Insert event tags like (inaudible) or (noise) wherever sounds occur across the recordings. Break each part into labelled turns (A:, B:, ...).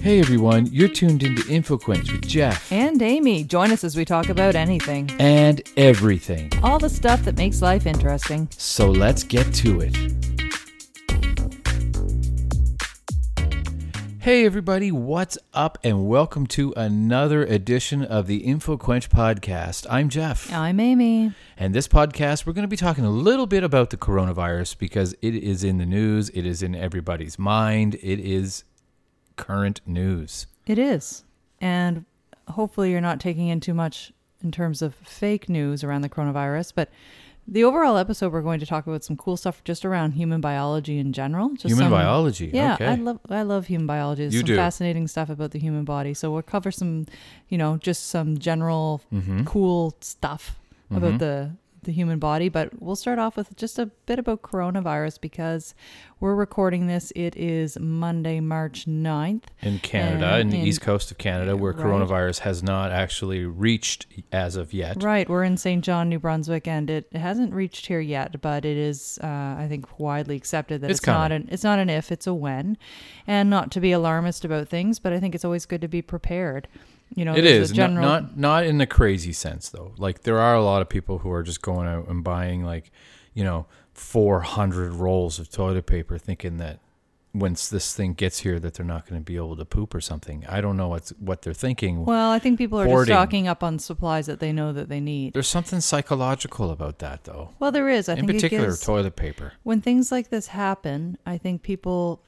A: Hey everyone, you're tuned into InfoQuench with Jeff
B: And Amy, join us as we talk about anything.
A: and everything.
B: All the stuff that makes life interesting.
A: So let's get to it. Hey everybody, what's up and welcome to another edition of the InfoQuench podcast. I'm Jeff.
B: I'm Amy.
A: And this podcast, we're going to be talking a little bit about the coronavirus because it is in the news, it is in everybody's mind, it is current news.
B: It is. And hopefully you're not taking in too much in terms of fake news around the coronavirus, but the overall episode we're going to talk about some cool stuff just around human biology in general. Just
A: Human
B: some-
A: biology.
B: Yeah,
A: okay.
B: I love I love human biology. There's
A: You
B: some
A: do.
B: fascinating stuff about the human body. So we'll cover some, you know, just some general
A: Mm-hmm.
B: cool stuff about the the human body, but we'll start off with just a bit about coronavirus because we're recording this. It is Monday, March 9th.
A: in Canada,
B: Uh,
A: in the
B: in-
A: east coast of Canada, where
B: Right.
A: coronavirus has not actually reached as of yet.
B: Right, we're in St. John, New Brunswick, and it, it hasn't reached here yet, but it is, uh, I think, widely accepted that
A: It's
B: it's, not
A: coming.
B: an it's not an if, it's a when, and not to be alarmist about things, but I think it's always good to be prepared. You know,
A: It is
B: there's a
A: not-
B: general.
A: not, not in the crazy sense though. Like there are a lot of people who are just going out and buying like, you know, 400 rolls of toilet paper thinking that once this thing gets here that they're not going to be able to poop or something. I don't know what's what they're thinking.
B: well, I think people are
A: hoarding.
B: just stocking up on supplies that they know that they need.
A: There's something psychological about that though.
B: well, there is. I
A: in
B: think
A: particular
B: it gives,
A: toilet paper.
B: when things like this happen, I think people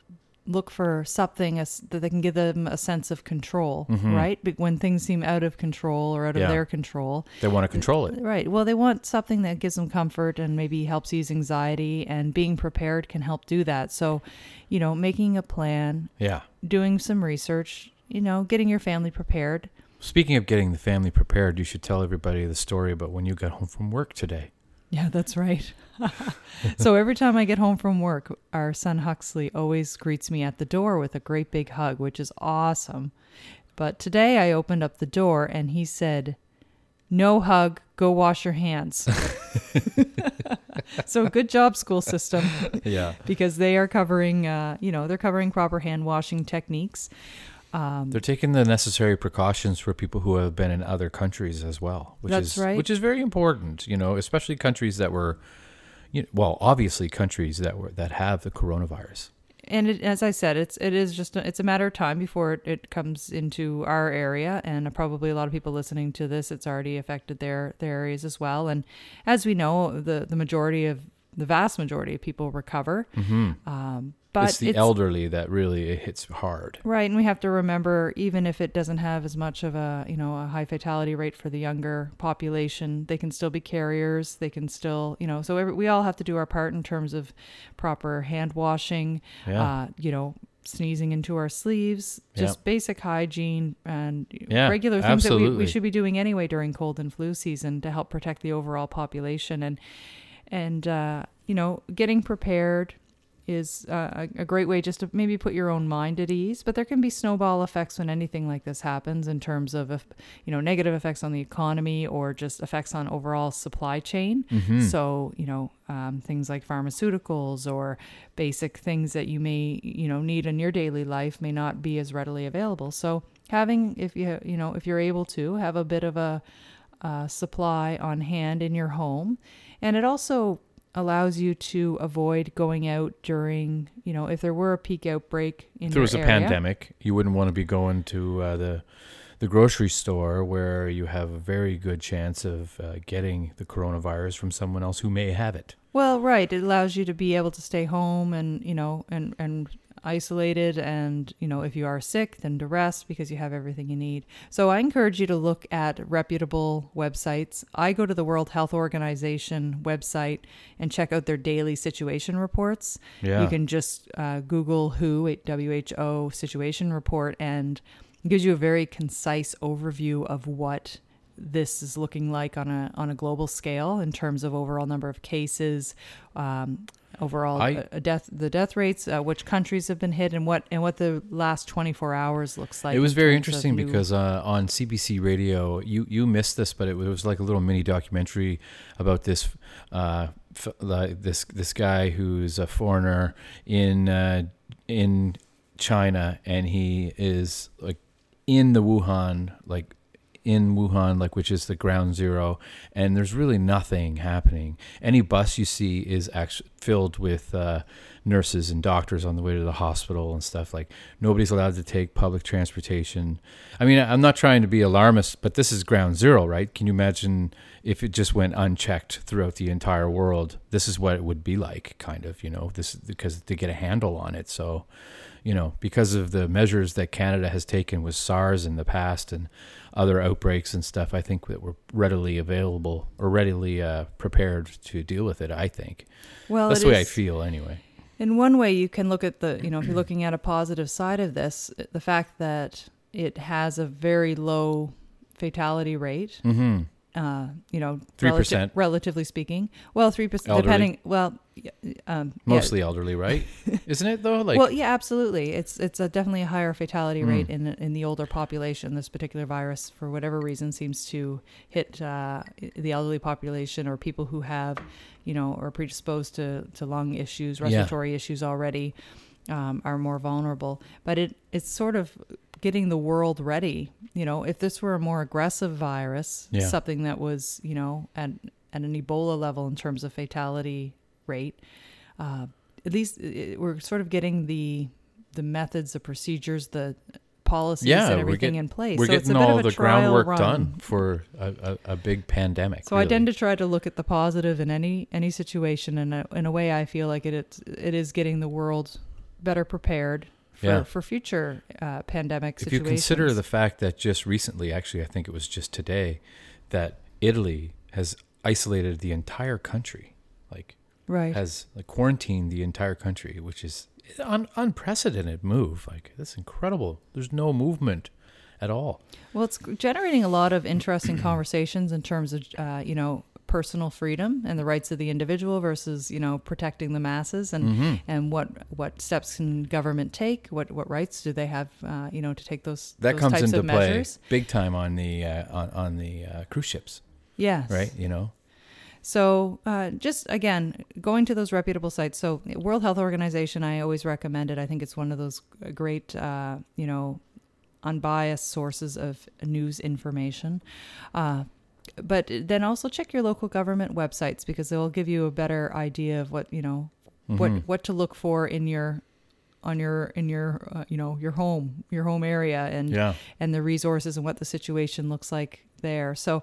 B: look for something as, that they can give them a sense of control, right? But when things seem out of control or out
A: Mm-hmm. Yeah.
B: of their control,
A: They want to control it.
B: Right. Well, they want something that gives them comfort and maybe helps ease anxiety, and being prepared can help do that. So, you know, making a plan,
A: Yeah.
B: doing some research, you know, getting your family prepared.
A: Speaking of getting the family prepared, you should tell everybody the story about when you got home from work today.
B: Yeah, that's right. (laughs) so every time I get home from work, our son Huxley always greets me at the door with a great big hug, which is awesome. But today I opened up the door and he said, No hug, go wash your (laughs) hands. so good job, school system.
A: Yeah.
B: because they are covering, uh, you know, they're covering proper hand washing techniques. Um,
A: They're taking the necessary precautions for people who have been in other countries as well, which
B: That's
A: is
B: right.
A: which is very important, you know, especially countries that were you know, well, obviously countries that were that have the coronavirus.
B: And it, as I said, it's it is just a, it's a matter of time before it, it comes into our area, and probably a lot of people listening to this, it's already affected their their areas as well. And as we know, the the majority of the vast majority of people recover, um, but
A: Mm-hmm. it's the elderly that really it hits hard.
B: Right, and we have to remember, even if it doesn't have as much of a you know a high fatality rate for the younger population, they can still be carriers. They can still you know so every, we all have to do our part in terms of proper hand washing,
A: Yeah.
B: uh, you know sneezing into our sleeves, just
A: Yeah.
B: basic hygiene and
A: Yeah,
B: regular things that we,
A: absolutely.
B: we should be doing anyway during cold and flu season to help protect the overall population and and uh, you know getting prepared is uh, a a great way just to maybe put your own mind at ease but there can be snowball effects when anything like this happens in terms of if, you know negative effects on the economy or just effects on overall supply chain
A: Mm-hmm.
B: so you know um, things like pharmaceuticals or basic things that you may you know need in your daily life may not be as readily available so having if you you know if you're able to have a bit of a uh, supply on hand in your home. And it also allows you to avoid going out during, you know, if there were a peak outbreak in
A: If there
B: your
A: was a
B: area.
A: pandemic, you wouldn't want to be going to uh, the the grocery store where you have a very good chance of uh, getting the coronavirus from someone else who may have it.
B: Well, right. It allows you to be able to stay home and, you know, and, and isolated. And, you know, if you are sick, then to rest because you have everything you need. So I encourage you to look at reputable websites. I go to the World Health Organization website and check out their daily situation reports.
A: Yeah.
B: You can just uh, Google WHO, WHO situation report, and it gives you a very concise overview of what this is looking like on a on a global scale in terms of overall number of cases, um, overall
A: I-
B: uh, death the death rates, uh, which countries have been hit, and what and what the last twenty four hours looks like.
A: it was
B: in
A: very
B: terms of
A: interesting
B: new-
A: because uh, on CBC Radio, you you missed this, but it was, like a little mini documentary about this uh, f- like this this guy who's a foreigner in uh, in China and he is like in the Wuhan, like in Wuhan, like which is the ground zero, and there's really nothing happening. Any bus you see is actually filled with uh, nurses and doctors on the way to the hospital and stuff. Like nobody's allowed to take public transportation. I mean, I'm not trying to be alarmist, but this is ground zero, right? Can you imagine if it just went unchecked throughout the entire world? This is what it would be like, kind of, you know, this because to get a handle on it. So, you know, because of the measures that Canada has taken with SARS in the past and other outbreaks and stuff, I think that we're readily available or readily uh, prepared to deal with it. I think
B: Well,
A: that's
B: it
A: the way I
B: is-
A: feel, anyway.
B: In one way, you can look at the, you know, if you're looking at a positive side of this, the fact that it has a very low fatality rate,
A: Mm-hmm.
B: uh, you know,
A: 3%.
B: relati- relatively speaking. Well, 3%,
A: Elderly.
B: depending, well, y- um, yeah.
A: Mostly elderly,
B: (laughs)
A: right? Isn't it though? Like, Hmm.
B: well, yeah, absolutely. It's it's a definitely a higher fatality rate in in the older population. This particular virus, for whatever reason, seems to hit uh, the elderly population or people who have, you know, are predisposed to to lung issues, respiratory issues already, um, are more vulnerable. But it it's sort of getting the world ready. You know, if this were a more aggressive virus,
A: Yeah.
B: something that was you know at at an Ebola level in terms of fatality rate uh, at least it, we're sort of getting the the methods, the procedures, the policies,
A: Yeah,
B: and
A: we're
B: everything
A: get-
B: in place.
A: we're
B: so it's a
A: getting
B: bit
A: all
B: of a
A: the
B: trial
A: groundwork
B: run.
A: done for a, a, a big pandemic.
B: So I
A: really.
B: tend to try to look at the positive in any any situation, and uh, in a way, I feel like it it's, it is getting the world better prepared for
A: Yeah.
B: for future uh, pandemic
A: if you
B: situations.
A: consider the fact that just recently, actually, I think it was just today, that Italy has isolated the entire country, like
B: right,
A: has like, quarantined the entire country, which is an unprecedented move. Like that's incredible. There's no movement at all.
B: Well, it's generating a lot of
A: (clears throat)
B: interesting conversations in terms of, uh, you know, personal freedom and the rights of the individual versus, you know, protecting the masses and,
A: Mm-hmm.
B: and what, what steps can government take? What, what rights do they have, uh, you know, to take those,
A: That
B: those
A: comes
B: types
A: into
B: of
A: play
B: measures?
A: big time on the uh, on, on the uh, cruise ships,
B: Yes.
A: right? You know,
B: So, uh, just again, going to those reputable sites. So, World Health Organization, I always recommend it. I think it's one of those great, uh, you know, unbiased sources of news information. Uh, but then also check your local government websites because they'll give you a better idea of what you know, what
A: Mm-hmm.
B: what to look for in your on your in your uh, you know your home your home area and
A: Yeah.
B: and the resources and what the situation looks like there. So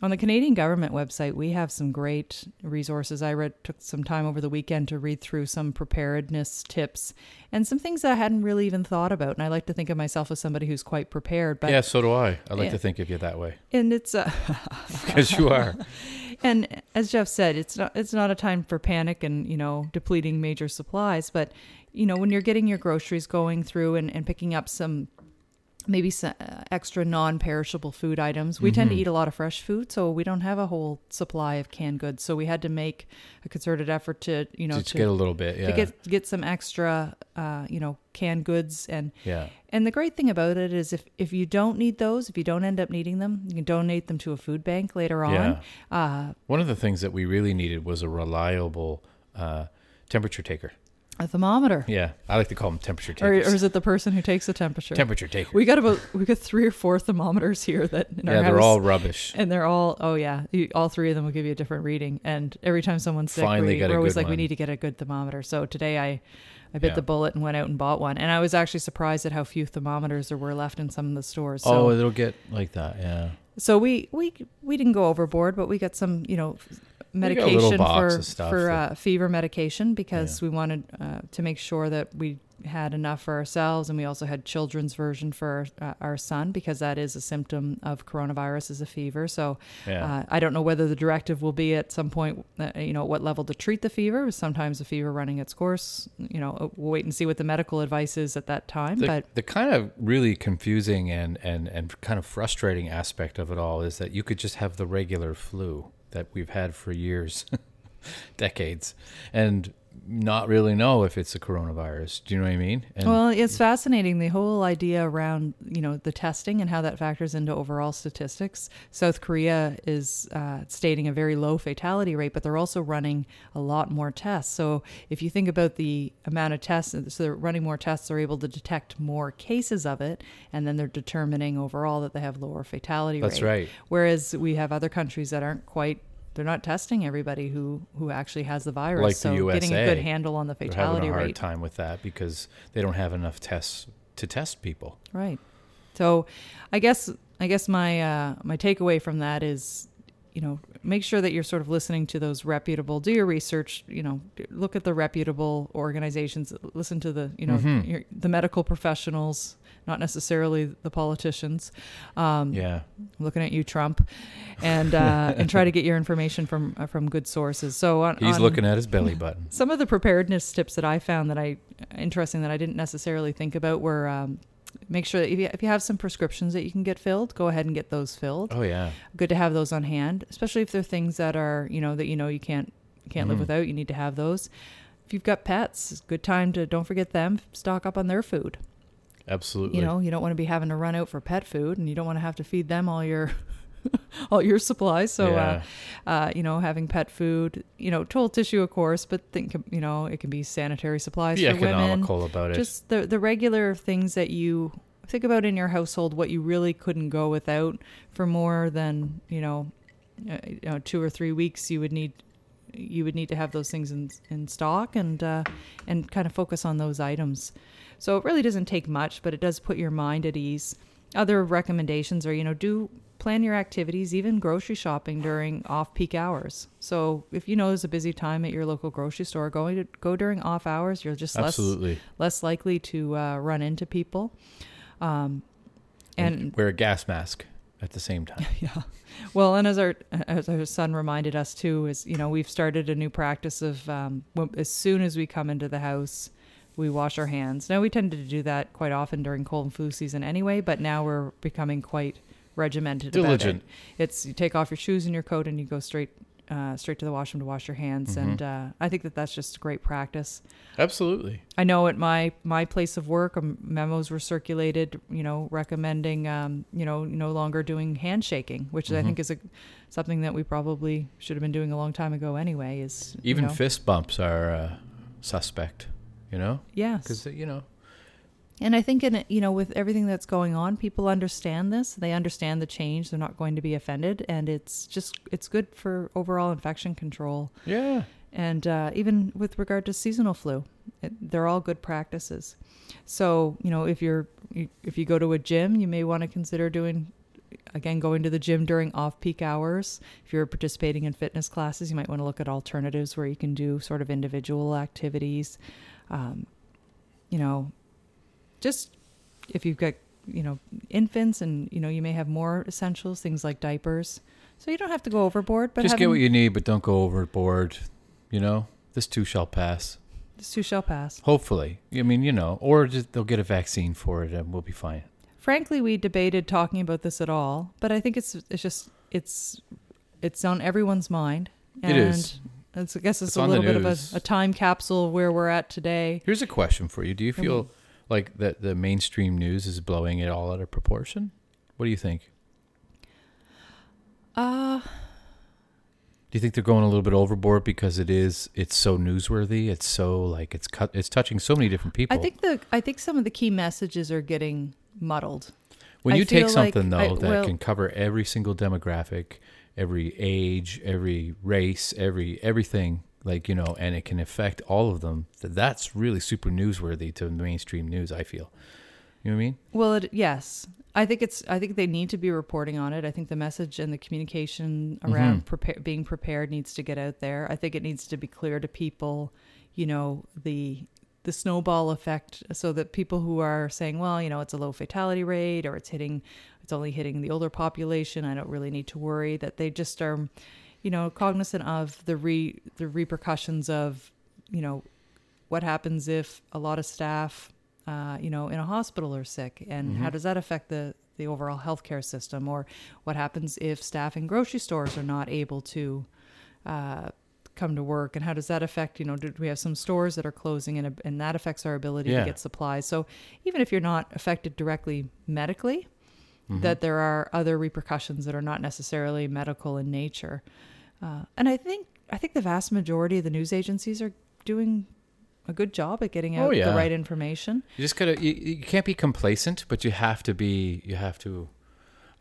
B: on the Canadian government website, we have some great resources. I read took some time over the weekend to read through some preparedness tips and some things that I hadn't really even thought about. And I like to think of myself as somebody who's quite prepared, but
A: yeah. So do I. I like
B: Yeah.
A: to think of you that way
B: and it's uh,
A: because you are.
B: and as Jeff said, it's not it's not a time for panic and you know depleting major supplies. But you know when you're getting your groceries going through and, and picking up some maybe some uh, extra non-perishable food items. We tend to
A: Mm-hmm.
B: eat a lot of fresh food, so we don't have a whole supply of canned goods. So we had to make a concerted effort to (laughs) you know
A: Just
B: to,
A: get a little bit. Yeah.
B: to get get some extra uh, you know canned goods and
A: yeah.
B: and the great thing about it is if, if you don't need those, if you don't end up needing them, you can donate them to a food bank later on.
A: Yeah.
B: Uh,
A: One of the things that we really needed was a reliable uh, temperature taker.
B: a thermometer.
A: Yeah, I like to call them temperature
B: Or, or
A: takers.
B: is it the person who takes the temperature?
A: temperature taker.
B: we got about we got three or four thermometers here that in
A: yeah,
B: our
A: they're
B: house,
A: all rubbish.
B: and they're all oh yeah, you, all three of them will give you a different reading. And every time someone's sick,
A: Finally
B: we,
A: got a
B: are always
A: good
B: like we
A: one.
B: need to get a good thermometer. So today I. I bit
A: Yeah.
B: the bullet and went out and bought one, and I was actually surprised at how few thermometers there were left in some of the stores. So
A: oh, it'll get like that. Yeah,
B: so we we we didn't go overboard, but we got some you know
A: got a little
B: medication
A: box
B: for
A: of stuff
B: for
A: that-
B: uh, fever medication because we wanted uh, to make sure that we had enough for ourselves, and we also had children's version for uh, our son because that is a symptom of coronavirus is a fever. So
A: Yeah.
B: uh, I don't know whether the directive will be at some point, uh, you know, at what level to treat the fever. Sometimes the fever running its course, you know, uh, we'll wait and see what the medical advice is at that time.
A: the,
B: but
A: the kind of really confusing and and and kind of frustrating aspect of it all is that you could just have the regular flu that we've had for years, (laughs) decades, and not really know if it's the coronavirus. Do you know what I mean? And
B: well, it's fascinating the whole idea around you know the testing and how that factors into overall statistics. South Korea is uh, stating a very low fatality rate, but they're also running a lot more tests. So if you think about the amount of tests, so they're running more tests, they're able to detect more cases of it, and then they're determining overall that they have lower fatality
A: That's
B: rate.
A: right.
B: Whereas we have other countries that aren't quite. They're not testing everybody who, who actually has the virus.
A: Like the
B: so getting a
A: USA.
B: good handle on the
A: they're having
B: fatality
A: a hard
B: rate.
A: time with that because they don't have enough tests to test people.
B: Right. So, I guess I guess my uh, my takeaway from that is, you know, make sure that you're sort of listening to those reputable. Do your research. You know, look at the reputable organizations. Listen to the you know
A: Mm-hmm.
B: your, the medical professionals, not necessarily the politicians. Um,
A: Yeah.
B: I'm looking at you, Trump, and uh, and try to get your information from uh, from good sources. So on,
A: He's
B: on-
A: looking
B: (laughs)
A: at his belly button.
B: some of the preparedness tips that I found that I interesting that I didn't necessarily think about were um, make sure that if you, if you have some prescriptions that you can get filled, go ahead and get those filled.
A: Oh yeah.
B: Good to have those on hand, especially if they're things that are you know that you know you can't you can't
A: Mm-hmm.
B: live without. You need to have those. If you've got pets, it's a good time to don't forget them. Stock up on their food.
A: Absolutely.
B: You know you don't want to be having to run out for pet food, and you don't want to have to feed them all your (laughs) all your supplies. So uh,
A: yeah.
B: uh, you know, having pet food, you know, toilet tissue, of course, but think, you know, it can be sanitary supplies
A: be
B: for women.
A: economical about it.
B: Just the the regular things that you think about in your household, what you really couldn't go without for more than you know, uh, you know two or three weeks. You would need you would need to have those things in in stock and uh, and kind of focus on those items. So it really doesn't take much, but it does put your mind at ease. Other recommendations are, you know, do plan your activities, even grocery shopping during off-peak hours. So if you know there's a busy time at your local grocery store, going to go during off hours, you're just less
A: Absolutely.
B: less likely to uh, run into people. Um, and
A: wear a gas mask at the same
B: (laughs)
A: time.
B: yeah, well, and as our as our son reminded us too, is you know we've started a new practice of um, when, as soon as we come into the house, we wash our hands. Now we tended to do that quite often during cold and flu season anyway, but now we're becoming quite regimented. about it.
A: Diligent.
B: It's you take off your shoes and your coat and you go straight. Uh, straight to the washroom to wash your hands, and uh, I think that that's just great practice.
A: Absolutely.
B: I know at my my place of work, um, memos were circulated, you know, recommending, um, you know, no longer doing handshaking, which I think is a something that we probably should have been doing a long time ago anyway. Is you
A: Even
B: know,
A: fist bumps are uh, suspect. You know,
B: yes,
A: because you know
B: and I think in you know with everything that's going on, people understand this. They understand the change. They're not going to be offended, and it's just it's good for overall infection control.
A: Yeah.
B: and uh, even with regard to seasonal flu, it, they're all good practices. So you know, if you're you- if you go to a gym, you may want to consider doing again going to the gym during off-peak hours. If you're participating in fitness classes, you might want to look at alternatives where you can do sort of individual activities. Um, you know, just if you've got you know infants and you know you may have more essentials, things like diapers. So you don't have to go overboard, but
A: Just
B: having-
A: get what you need, but don't go overboard. You know, this too shall pass.
B: this too shall pass.
A: Hopefully. I mean, you know, or just they'll get a vaccine for it and we'll be fine.
B: frankly we debated talking about this at all but i think it's it's just it's it's on everyone's mind
A: It is.
B: and it's, i guess it's,
A: It's
B: a
A: on the
B: little bit of a,
A: news.
B: a time capsule where we're at today
A: Here's a question for you: Do you feel like that the mainstream news is blowing it all out of proportion? What do you think?
B: uh
A: Do you think they're going a little bit overboard because it is it's so newsworthy? It's so like it's cut it's touching so many different people.
B: i think the i think some of the key messages are getting muddled
A: when
B: I
A: you take
B: feel like
A: something
B: I-
A: though that
B: well-
A: can cover every single demographic, every age, every race, every everything, like you know, and it can affect all of them. That that's really super newsworthy to mainstream news. I feel. You know what I mean?
B: well it, yes i think it's i think they need to be reporting on it i think the message and the communication around prepare, being prepared needs to get out there i think it needs to be clear to people you know the the snowball effect so that people who are saying well you know it's a low fatality rate or it's hitting it's only hitting the older population i don't really need to worry that they just are you know cognizant of the re the repercussions of you know what happens if a lot of staff uh, you know in a hospital are sick and how does that affect the the overall healthcare system or what happens if staff in grocery stores are not able to uh, come to work and how does that affect you know do we have some stores that are closing and, and that affects our ability
A: Yeah.
B: to get supplies so even if you're not affected directly medically that there are other repercussions that are not necessarily medical in nature uh, and i think i think the vast majority of the news agencies are doing a good job at getting
A: Oh,
B: out
A: yeah.
B: the right information
A: You just gotta. You, you can't be complacent, but you have to be. You have to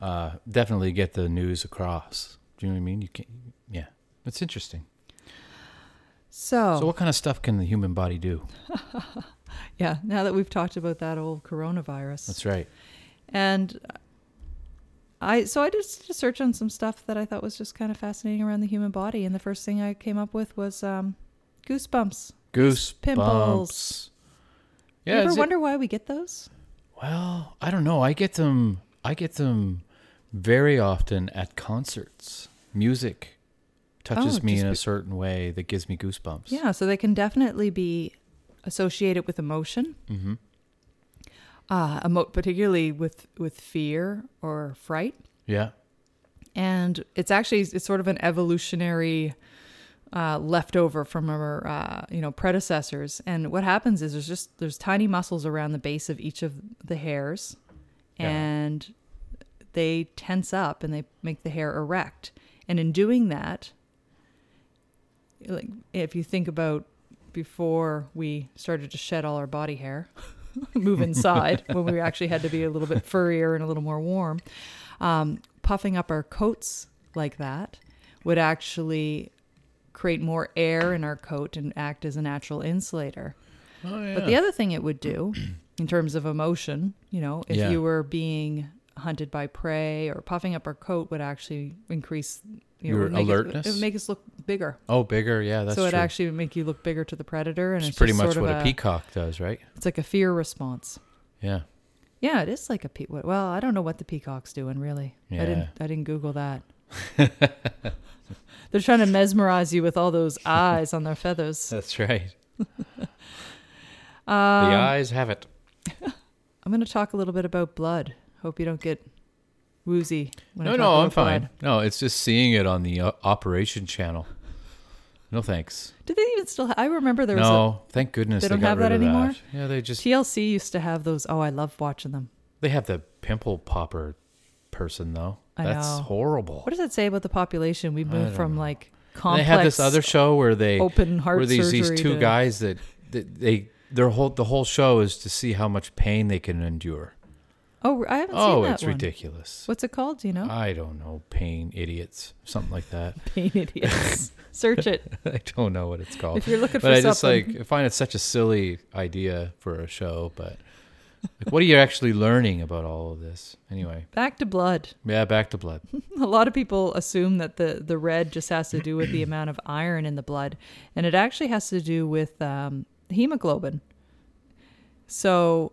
A: uh, definitely get the news across. Do you know what I mean? You can. not Yeah, it's interesting.
B: so,
A: So, what kind of stuff can the human body do?
B: yeah now that we've talked about that old coronavirus
A: That's right.
B: and I so I just did a search on some stuff that I thought was just kind of fascinating around the human body, and the first thing I came up with was um, goosebumps.
A: Goose
B: pimples.
A: pimples. Yeah.
B: you
A: is
B: ever
A: it-
B: wonder why we get those?
A: well, I don't know. I get them. I get them very often at concerts. Music touches
B: Oh,
A: me
B: just
A: in a
B: be-
A: certain way that gives me goosebumps.
B: Yeah, so they can definitely be associated with emotion,
A: Mm-hmm.
B: uh, emo- particularly with with fear or fright.
A: Yeah.
B: and it's actually it's sort of an evolutionary uh, leftover from our uh, you know predecessors and what happens is there's just there's tiny muscles around the base of each of the hairs
A: Yeah.
B: and they tense up and they make the hair erect and in doing that like if you think about before we started to shed all our body hair (laughs) move inside when we actually had to be a little bit furrier and a little more warm um, puffing up our coats like that would actually create more air in our coat and act as a natural insulator
A: Oh yeah.
B: but the other thing it
A: (clears throat)
B: would do in terms of emotion you know if
A: Yeah.
B: you were being hunted by prey or puffing up our coat would actually increase you know,
A: Your
B: it would make us- it
A: alertness?
B: would make us look bigger
A: oh, bigger. Yeah, that's
B: so it
A: true.
B: actually would make you look bigger to the predator, and
A: It's
B: it's,
A: pretty
B: just
A: much
B: sort
A: what
B: of
A: a peacock does, right?
B: It's like a fear response. (laughs)
A: Yeah.
B: Yeah, it is like a pe. Well, I don't know what the peacock's doing really. I didn't. I didn't Google that. (laughs) They're trying to mesmerize you with all those eyes on
A: (laughs)
B: their feathers.
A: That's right.
B: Um,
A: the eyes have it.
B: I'm going to talk a little bit about blood. Hope you don't get woozy. When I
A: No,
B: talk
A: no,
B: about
A: I'm fine.
B: blood.
A: No, it's just seeing it on the uh, operation channel. No thanks.
B: Do they even still? Ha- I remember there was a
A: No, thank goodness
B: they
A: they,
B: don't
A: got
B: have
A: rid
B: that
A: of
B: anymore?
A: that. Yeah, they just
B: TLC used to have those. Oh, I love watching them.
A: they have the pimple popper person though.
B: I
A: That's
B: know.
A: horrible.
B: What does that say about the population? We moved
A: don't
B: from like
A: And
B: complex.
A: they have this other show where they
B: open heart
A: where these these
B: surgery
A: two
B: to-
A: guys that, that they their whole the whole show is to see how much pain they can endure.
B: Oh, I haven't seen
A: Oh,
B: that
A: it's
B: one.
A: ridiculous. Uh,
B: What's it called? Do you know?
A: I don't know, pain idiots, something like that.
B: (laughs) Pain idiots. Search it.
A: I don't know what it's called.
B: If you're looking
A: but
B: for
A: I just
B: something.
A: like I find it such a silly idea for a show, but like what are you actually learning about all of this? Anyway.
B: Back to blood.
A: Yeah, back to
B: (laughs)
A: blood.
B: A lot of people assume that the, the red just has to do with the amount of iron in the blood, and it actually has to do with um, hemoglobin. So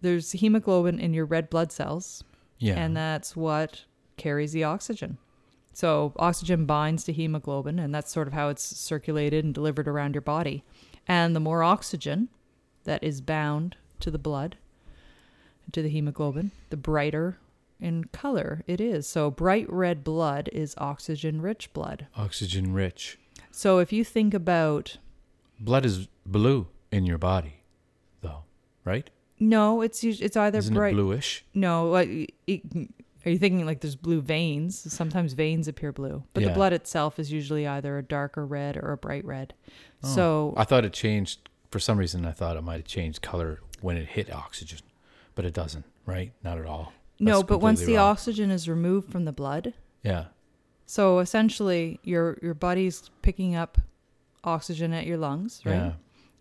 B: there's hemoglobin in your red blood cells,
A: Yeah.
B: and that's what carries the oxygen. So oxygen binds to hemoglobin, and that's sort of how it's circulated and delivered around your body. And the more oxygen that is bound to the blood, to the hemoglobin, the brighter in color it is. So bright red blood is oxygen rich blood.
A: Oxygen rich.
B: So if you think about
A: Blood is blue in your body though, right?
B: no, it's us- it's either
A: Isn't
B: bright.
A: it bluish?
B: No, like, it, are you thinking like there's blue veins? Sometimes veins appear blue, but the
A: Yeah.
B: blood itself is usually either a darker red or a bright red.
A: Oh,
B: So
A: I thought it changed for some reason I thought it might have changed color when it hit oxygen. But it doesn't, right? Not at all.
B: no,
A: That's
B: but once the
A: completely wrong.
B: oxygen is removed from the blood,
A: Yeah.
B: so essentially your your body's picking up oxygen at your lungs, right?
A: Yeah.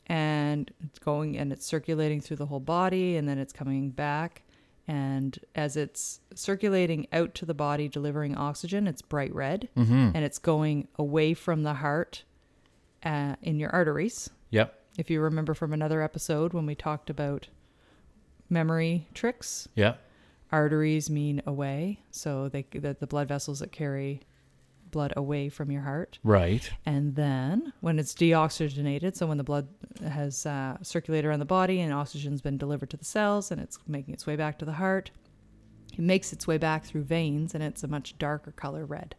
B: and it's going and it's circulating through the whole body and then it's coming back and as it's circulating out to the body delivering oxygen it's bright red
A: Mhm.
B: and it's going away from the heart uh, in your arteries
A: Yep.
B: if you remember from another episode when we talked about memory tricks
A: Yep.
B: arteries mean away so they that the blood vessels that carry blood away from your heart
A: Right.
B: and then when it's deoxygenated, so when the blood has uh, circulated around the body and oxygen's been delivered to the cells and it's making its way back to the heart, it makes its way back through veins and it's a much darker color red.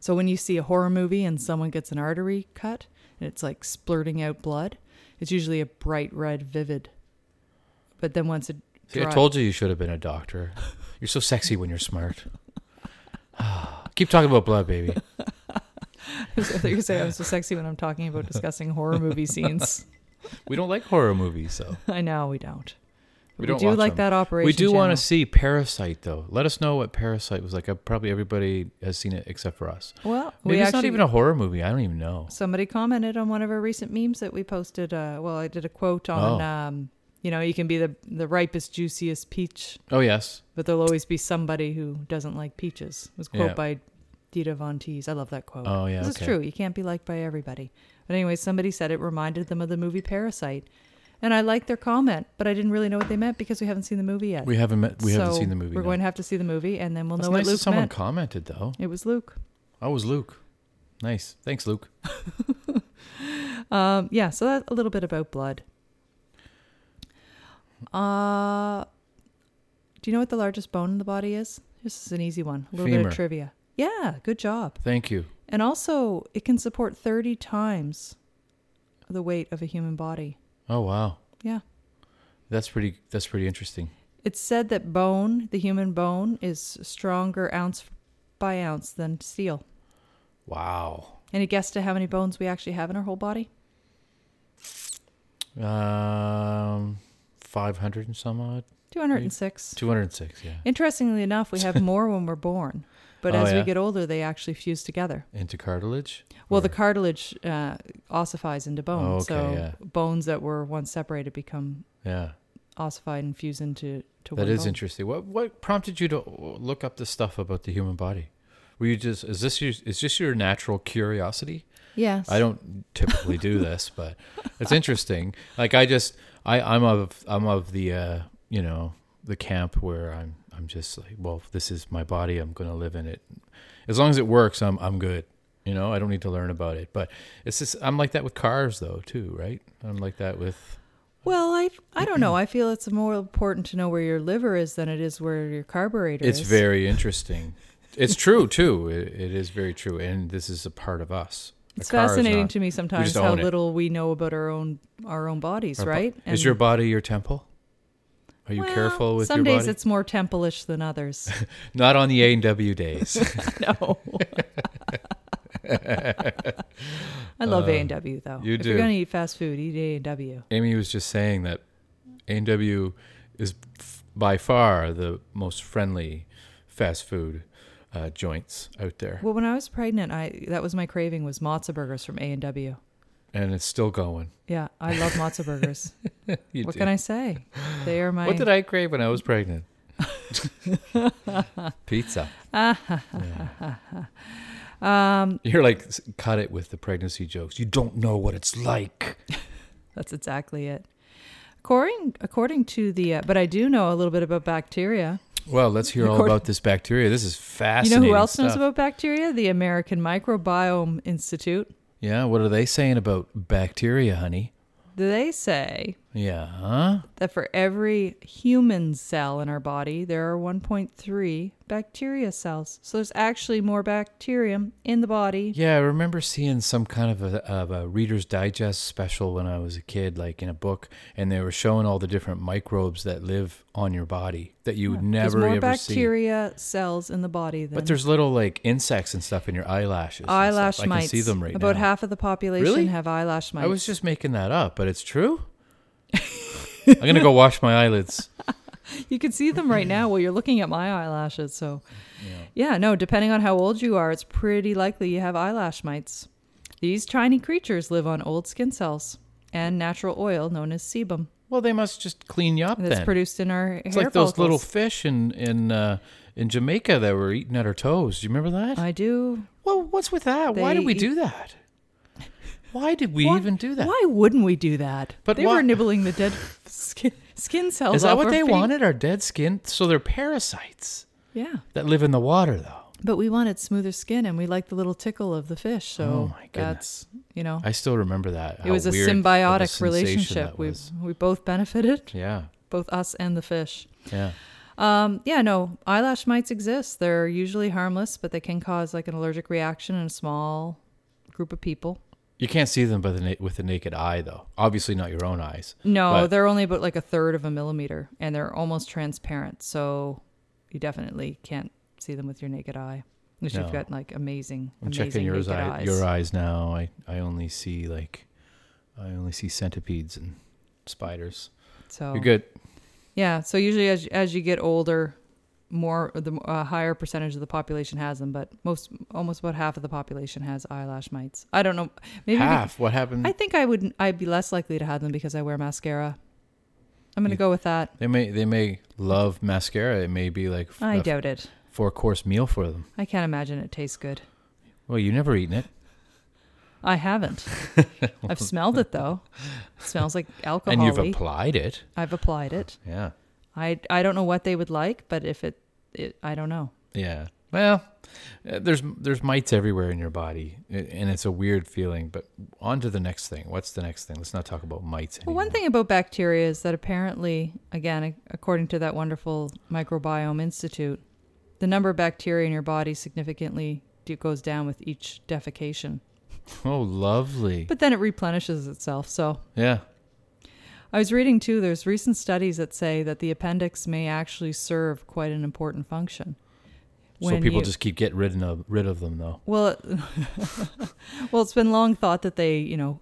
B: So when you see a horror movie and someone gets an artery cut and it's like splurting out blood, it's usually a bright red, vivid. But then once it (laughs)
A: See, I
B: dries-
A: told you you should have been a doctor. You're so sexy when you're smart. Ah, Keep talking about blood, baby.
B: I thought you were saying I'm so sexy when I'm talking about discussing horror
A: (laughs)
B: movie scenes.
A: We don't like horror movies, though.
B: I know we don't.
A: We
B: But
A: don't
B: do
A: watch
B: like
A: them.
B: that operation.
A: We do want
B: Channel.
A: to see Parasite, though. Let us know what Parasite was like. Uh, Probably everybody has seen it except for us.
B: Well,
A: Maybe
B: we
A: it's
B: actually,
A: not even a horror movie. I don't even know.
B: somebody commented on one of our recent memes that we posted. Uh, well, I did a quote on,
A: Oh.
B: um, you know, you can be the the ripest, juiciest peach,
A: Oh yes,
B: but there'll always be somebody who doesn't like peaches. It was a quote
A: Yeah.
B: by Dita Von Teese. I love that quote.
A: Oh, yeah,
B: this
A: okay.
B: is true. You can't be liked by everybody. But anyway, somebody said it reminded them of the movie Parasite, and I liked their comment, but I didn't really know what they meant because we haven't seen the movie yet.
A: we haven't met, we haven't
B: So
A: seen the movie.
B: We're
A: no.
B: going to have to see the movie, and then we'll
A: That's
B: know
A: nice
B: what
A: that
B: Luke
A: someone
B: meant.
A: commented though.
B: it was Luke.
A: I was Luke. Nice, thanks, Luke.
B: Um, yeah, so that's a little bit about blood. Uh, do you know what the largest bone in the body is? This is an easy one. A little bit
A: Femur.
B: of trivia. Yeah, good job.
A: Thank you.
B: And also, it can support 30 times the weight of a human body.
A: Oh wow,
B: Yeah.
A: that's pretty. That's pretty interesting.
B: It's said that bone, the human bone, is stronger ounce by ounce than steel.
A: Wow.
B: Any guess to how many bones we actually have in our whole body?
A: Um, five hundred and some odd.
B: 206.
A: Two hundred and six. Yeah.
B: Interestingly enough,
A: (laughs)
B: we have more when we're born, but
A: Oh,
B: as
A: yeah?
B: we get older, they actually fuse together.
A: Into cartilage.
B: Well,
A: Or-
B: the cartilage uh, ossifies into bone,
A: Oh, okay,
B: so
A: yeah.
B: bones that were once separated become
A: yeah.
B: ossified and fuse into to
A: That
B: one
A: is
B: bone.
A: interesting. What what prompted you to look up this stuff about the human body? Were you just is this your is this your natural curiosity?
B: Yes,
A: I don't typically do this, but it's interesting. Like I just I I'm of I'm of the uh, you know the camp where I'm I'm just like well this is my body I'm gonna live in it as long as it works I'm I'm good. You know, I don't need to learn about it, but it's just I'm like that with cars, though, too, right? I'm like that with
B: Well, I I don't
A: (clears throat)
B: know. I feel it's more important to know where your liver is than it is where your carburetor
A: It's
B: is.
A: very interesting. It's true too. It, it is very true, and this is a part of us. A
B: It's
A: car is
B: fascinating
A: not-
B: to me sometimes
A: just
B: how
A: own it.
B: little we know about our own our own bodies,
A: our bo-
B: right?
A: is your body your temple? Are you
B: well,
A: careful with
B: some
A: your body?
B: days it's more temple-ish than others.
A: not on the A and W days. (laughs)
B: (laughs) no. I love A and W though.
A: Uh, you
B: if
A: do.
B: you're gonna eat fast food, eat A and W.
A: Amy was just saying that A and W is f- by far the most friendly fast food uh, joints out there,
B: Well, when I was pregnant, I that was my craving was matzo burgers from A and W.
A: and it's still going.
B: Yeah, I love matzo burgers.
A: (laughs) You
B: what
A: do.
B: can I say? They are my
A: What did I crave when I was
B: (laughs)
A: pregnant? Pizza. um, You're like, s- cut it with the pregnancy jokes. You don't know what it's like.
B: That's exactly it. According according to the, uh, but I do know a little bit about bacteria.
A: Well, let's hear all
B: According-
A: about this bacteria. This is
B: You
A: fascinating.
B: know who else knows
A: stuff.
B: about bacteria? The American Microbiome Institute.
A: Yeah, what are they saying about bacteria, honey?
B: They say
A: Yeah, huh?
B: that for every human cell in our body, there are 1.3 bacteria cells. So there's actually more bacterium in the body.
A: Yeah, I remember seeing some kind of a, of a Reader's Digest special when I was a kid, like in a book, and they were showing all the different microbes that live on your body that you would
B: There's
A: never
B: more
A: ever see.
B: bacteria cells in the body than
A: But there's little like insects and stuff in your eyelashes. and stuff.
B: eyelash
A: I can
B: mites.
A: see them right
B: About
A: now.
B: half of the population
A: Really?
B: have eyelash mites.
A: I was just making that up, but it's
B: (laughs)
A: true. I'm gonna go wash my eyelids.
B: You can see them right now while you're looking at my eyelashes. So,
A: (laughs)
B: yeah. no, depending on how old you are, it's pretty likely you have eyelash mites. These tiny creatures live on old skin cells and natural oil known as sebum
A: Well, they must just clean you up
B: that's
A: then.
B: produced in our
A: it's
B: hair
A: like those little
B: follicles.
A: fish in in uh, in Jamaica that were eating at our toes. Do you remember that?
B: I do.
A: well, what's with that? Why
B: They
A: did we
B: eat-
A: do that? Why did we
B: Why-
A: even do that?
B: Why wouldn't we do that?
A: But
B: they
A: why-
B: were nibbling the dead (laughs) skin, skin cells.
A: Is that
B: off
A: what
B: our
A: they
B: feet.
A: wanted? Our dead skin? So they're parasites
B: Yeah,
A: that live in the water, though.
B: but we wanted smoother skin, and we liked the little tickle of the fish. So
A: Oh, my
B: that's
A: goodness.
B: you know,
A: I still remember that.
B: it
A: how
B: was a
A: weird of
B: symbiotic
A: sensation
B: relationship.
A: that
B: We
A: was.
B: we both benefited. (laughs)
A: Yeah.
B: both us and the fish.
A: Yeah.
B: Um, yeah, no, eyelash mites exist. They're usually harmless, but they can cause like an allergic reaction in a small group of people.
A: You can't see them by the na- with the naked eye, though. Obviously, not your own eyes.
B: No,
A: But-
B: they're only about like a third of a millimeter and they're almost transparent. So you definitely can't see them with your naked eye. Unless
A: No.
B: you've got like amazing,
A: I'm
B: amazing
A: checking yours
B: naked
A: eye,
B: eyes.
A: your eyes now. I, I only see like, I only see centipedes and spiders.
B: so
A: You're good.
B: Yeah. So usually, as as you get older, more the uh, higher percentage of the population has them, but most almost about half of the population has eyelash mites. I don't know. Maybe be-
A: Half. What happened?
B: I think I would. I'd be less likely to have them because I wear mascara. I'm gonna
A: You-
B: go with that.
A: they may they may love mascara. It may be like
B: I
A: a
B: doubt it.
A: four course meal for them.
B: I can't imagine it tastes good.
A: Well, you never eaten it, (laughs)
B: I haven't. I've smelled it though. It smells like alcohol.
A: and you've applied it.
B: I've applied it.
A: Yeah.
B: I I don't know what they would like, but if it, it I don't know.
A: Yeah. Well, uh, there's there's mites everywhere in your body, a- and it's a weird feeling. But on to the next thing. What's the next thing? Let's not talk about mites
B: Well,
A: anymore.
B: one thing about bacteria is that apparently, again, ac- according to that wonderful Microbiome Institute, the number of bacteria in your body significantly de- goes down with each defecation.
A: (laughs) Oh, lovely.
B: But then it replenishes itself. So
A: yeah.
B: I was reading too, there's recent studies that say that the appendix may actually serve quite an important function.
A: So people
B: you-
A: just keep getting rid of rid of them though.
B: Well, (laughs) it- well, it's been long thought that they, you know,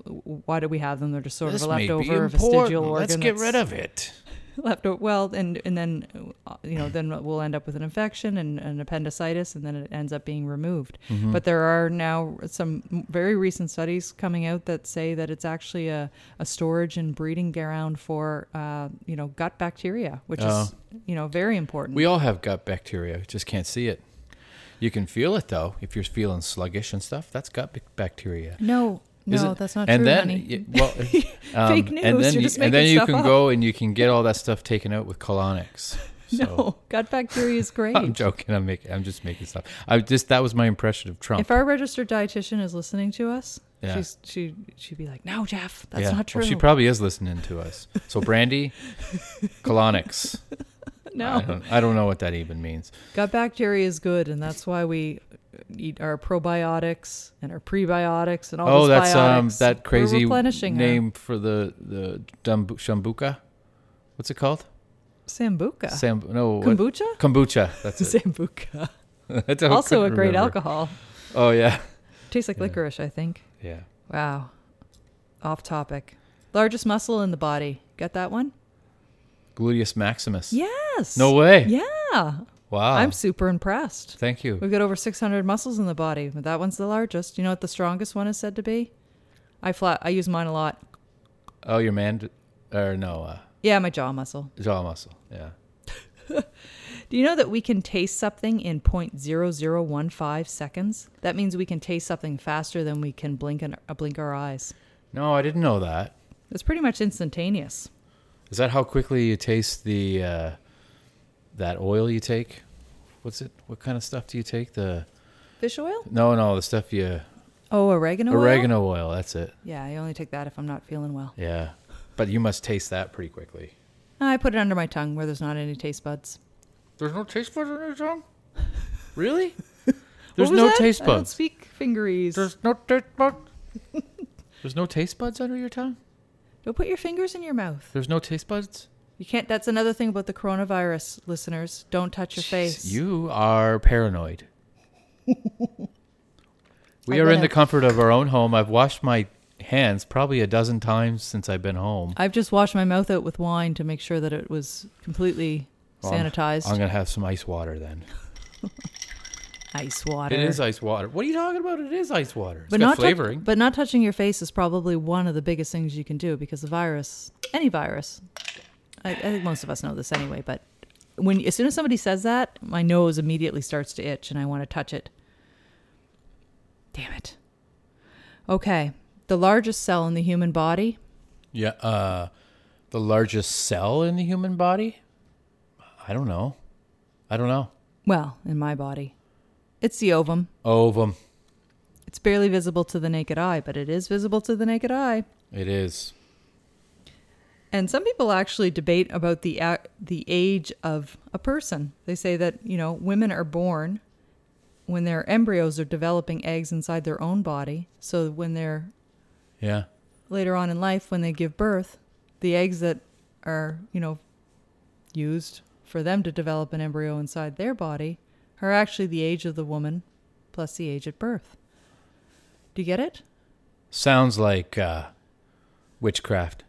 B: why do we have them? They're just sort
A: This
B: of a
A: may be
B: leftover of
A: important.
B: vestigial organ.
A: Let's get
B: that's- (laughs)
A: rid of it.
B: left o- well and and then uh, you know then we'll end up with an infection and an appendicitis and then it ends up being removed
A: Mm-hmm.
B: but there are now some very recent studies coming out that say that it's actually a, a storage and breeding ground for uh, you know gut bacteria which is you know very important
A: Oh. We all have gut bacteria, just can't see it. You can feel it though. If you're feeling sluggish and stuff, that's gut bac- bacteria.
B: no no
A: Isn't-
B: that's not
A: and
B: true
A: then, y-
B: honey.
A: well, um,
B: Fake
A: And
B: news,
A: then
B: you're
A: you,
B: just
A: and then
B: making
A: you
B: stuff
A: can
B: up.
A: go and you can get all that stuff taken out with
B: (laughs)
A: colonics. So,
B: (laughs) no gut bacteria is great
A: (laughs) I'm joking. I'm making. I'm just making stuff. I just that was my impression of Trump.
B: if our registered dietitian is listening to us
A: Yeah.
B: she's she she'd be like no jeff that's
A: Yeah.
B: not true
A: Well, she probably is listening to us. So Brandy, colonics.
B: (laughs) no
A: I don't, I don't know what that even means.
B: Gut bacteria is good, and that's why we eat our probiotics and our prebiotics and all.
A: oh,
B: those
A: that's um
B: biotics.
A: that
B: We're
A: crazy
B: replenishing
A: name for the the dumb, shambuka. What's it called?
B: our sambuca,
A: Sam. No. what- (laughs)
B: kombucha,
A: Kombucha.
B: (laughs)
A: That's it. (laughs)
B: sambuca.
A: I don't-
B: Also a
A: couldn't
B: great
A: remember.
B: alcohol.
A: Oh yeah.
B: Tastes like
A: Yeah.
B: licorice, I think.
A: Yeah.
B: Wow. Off topic. Largest muscle in the body. Get that one?
A: Gluteus maximus.
B: Yes.
A: No uh. way.
B: Yeah.
A: Wow.
B: I'm super impressed.
A: Thank you.
B: We've got over 600 muscles in the body, but that one's the largest. You know what the strongest one is said to be? I flat. I use mine a lot.
A: Oh, your man, or no, uh,
B: Yeah, my jaw muscle.
A: jaw muscle. Yeah.
B: Do you know that we can taste something in 0.0015 seconds? That means we can taste something faster than we can blink an, uh, blink our eyes.
A: No, I didn't know that.
B: It's pretty much instantaneous.
A: Is that how quickly you taste the uh, that oil you take? What's it? What kind of stuff do you take? The
B: Fish oil?
A: no, no, the stuff you
B: Oh, oregano. oil?
A: oregano oil. That's it.
B: Yeah, I only take that if I'm not feeling well.
A: Yeah, but you must taste that pretty quickly.
B: I put it under my tongue where there's not any taste buds.
A: There's no taste buds in your tongue. (laughs) Really? There's
B: What was
A: no
B: that?
A: taste
B: I don't
A: buds.
B: speak fingeries.
A: There's no taste buds. (laughs) There's no taste buds under your tongue.
B: Don't put your fingers in your mouth.
A: There's no taste buds.
B: You can't. That's another thing about the coronavirus, listeners. Don't touch your
A: Jeez,
B: face.
A: You are
B: (laughs)
A: paranoid. we
B: I've
A: are
B: been
A: in the
B: a-
A: comfort of our own home. I've washed my hands probably a dozen times since I've been home.
B: I've just washed my mouth out with wine to make sure that it was completely
A: Well, I'm-
B: sanitized.
A: I'm gonna have some ice water then.
B: Ice water.
A: It is ice water. What are you talking about? It is ice water. It's
B: but
A: got
B: not tou-
A: flavoring.
B: but not touching your face is probably one of the biggest things you can do because the virus, any virus, I, I think most of us know this anyway. But when as soon as somebody says that, my nose immediately starts to itch and I want to touch it. Damn it. Okay, the largest cell in the human body.
A: yeah. Uh, the largest cell in the human body. I don't know. I don't know.
B: Well, in my body, it's the ovum.
A: Ovum.
B: It's barely visible to the naked eye, but it is visible to the naked eye.
A: It is.
B: And some people actually debate about the a- the age of a person. They say that you know women are born when their embryos are developing eggs inside their own body. So when they're
A: Yeah.
B: later on in life, when they give birth, the eggs that are you know used for them to develop an embryo inside their body are actually the age of the woman plus the age at birth. Do you get it?
A: Sounds like uh, witchcraft.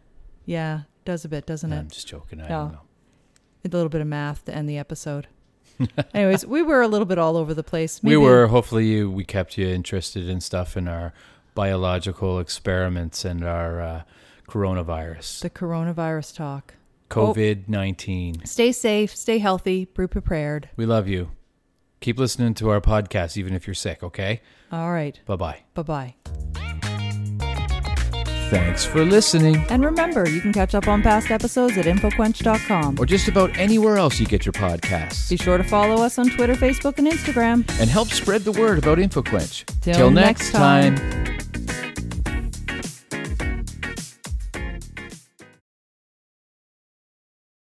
B: Yeah, does a bit, doesn't it?
A: I'm just joking. I
B: No.
A: don't know.
B: a little bit of math to end the episode. (laughs) Anyways, we were a little bit all over the place.
A: We were. Hopefully, you, we kept you interested in stuff in our biological experiments and our uh, coronavirus,
B: the coronavirus talk.
A: COVID 19.
B: Stay safe, stay healthy, be prepared.
A: We love you. Keep listening to our podcast, even if you're sick, okay?
B: All right,
A: Bye bye.
B: bye bye.
A: Thanks for listening.
B: And remember, you can catch up on past episodes at infoquench.com.
A: Or just about anywhere else you get your podcasts.
B: Be sure to follow us on Twitter, Facebook, and Instagram.
A: and help spread the word about InfoQuench.
B: Till next time.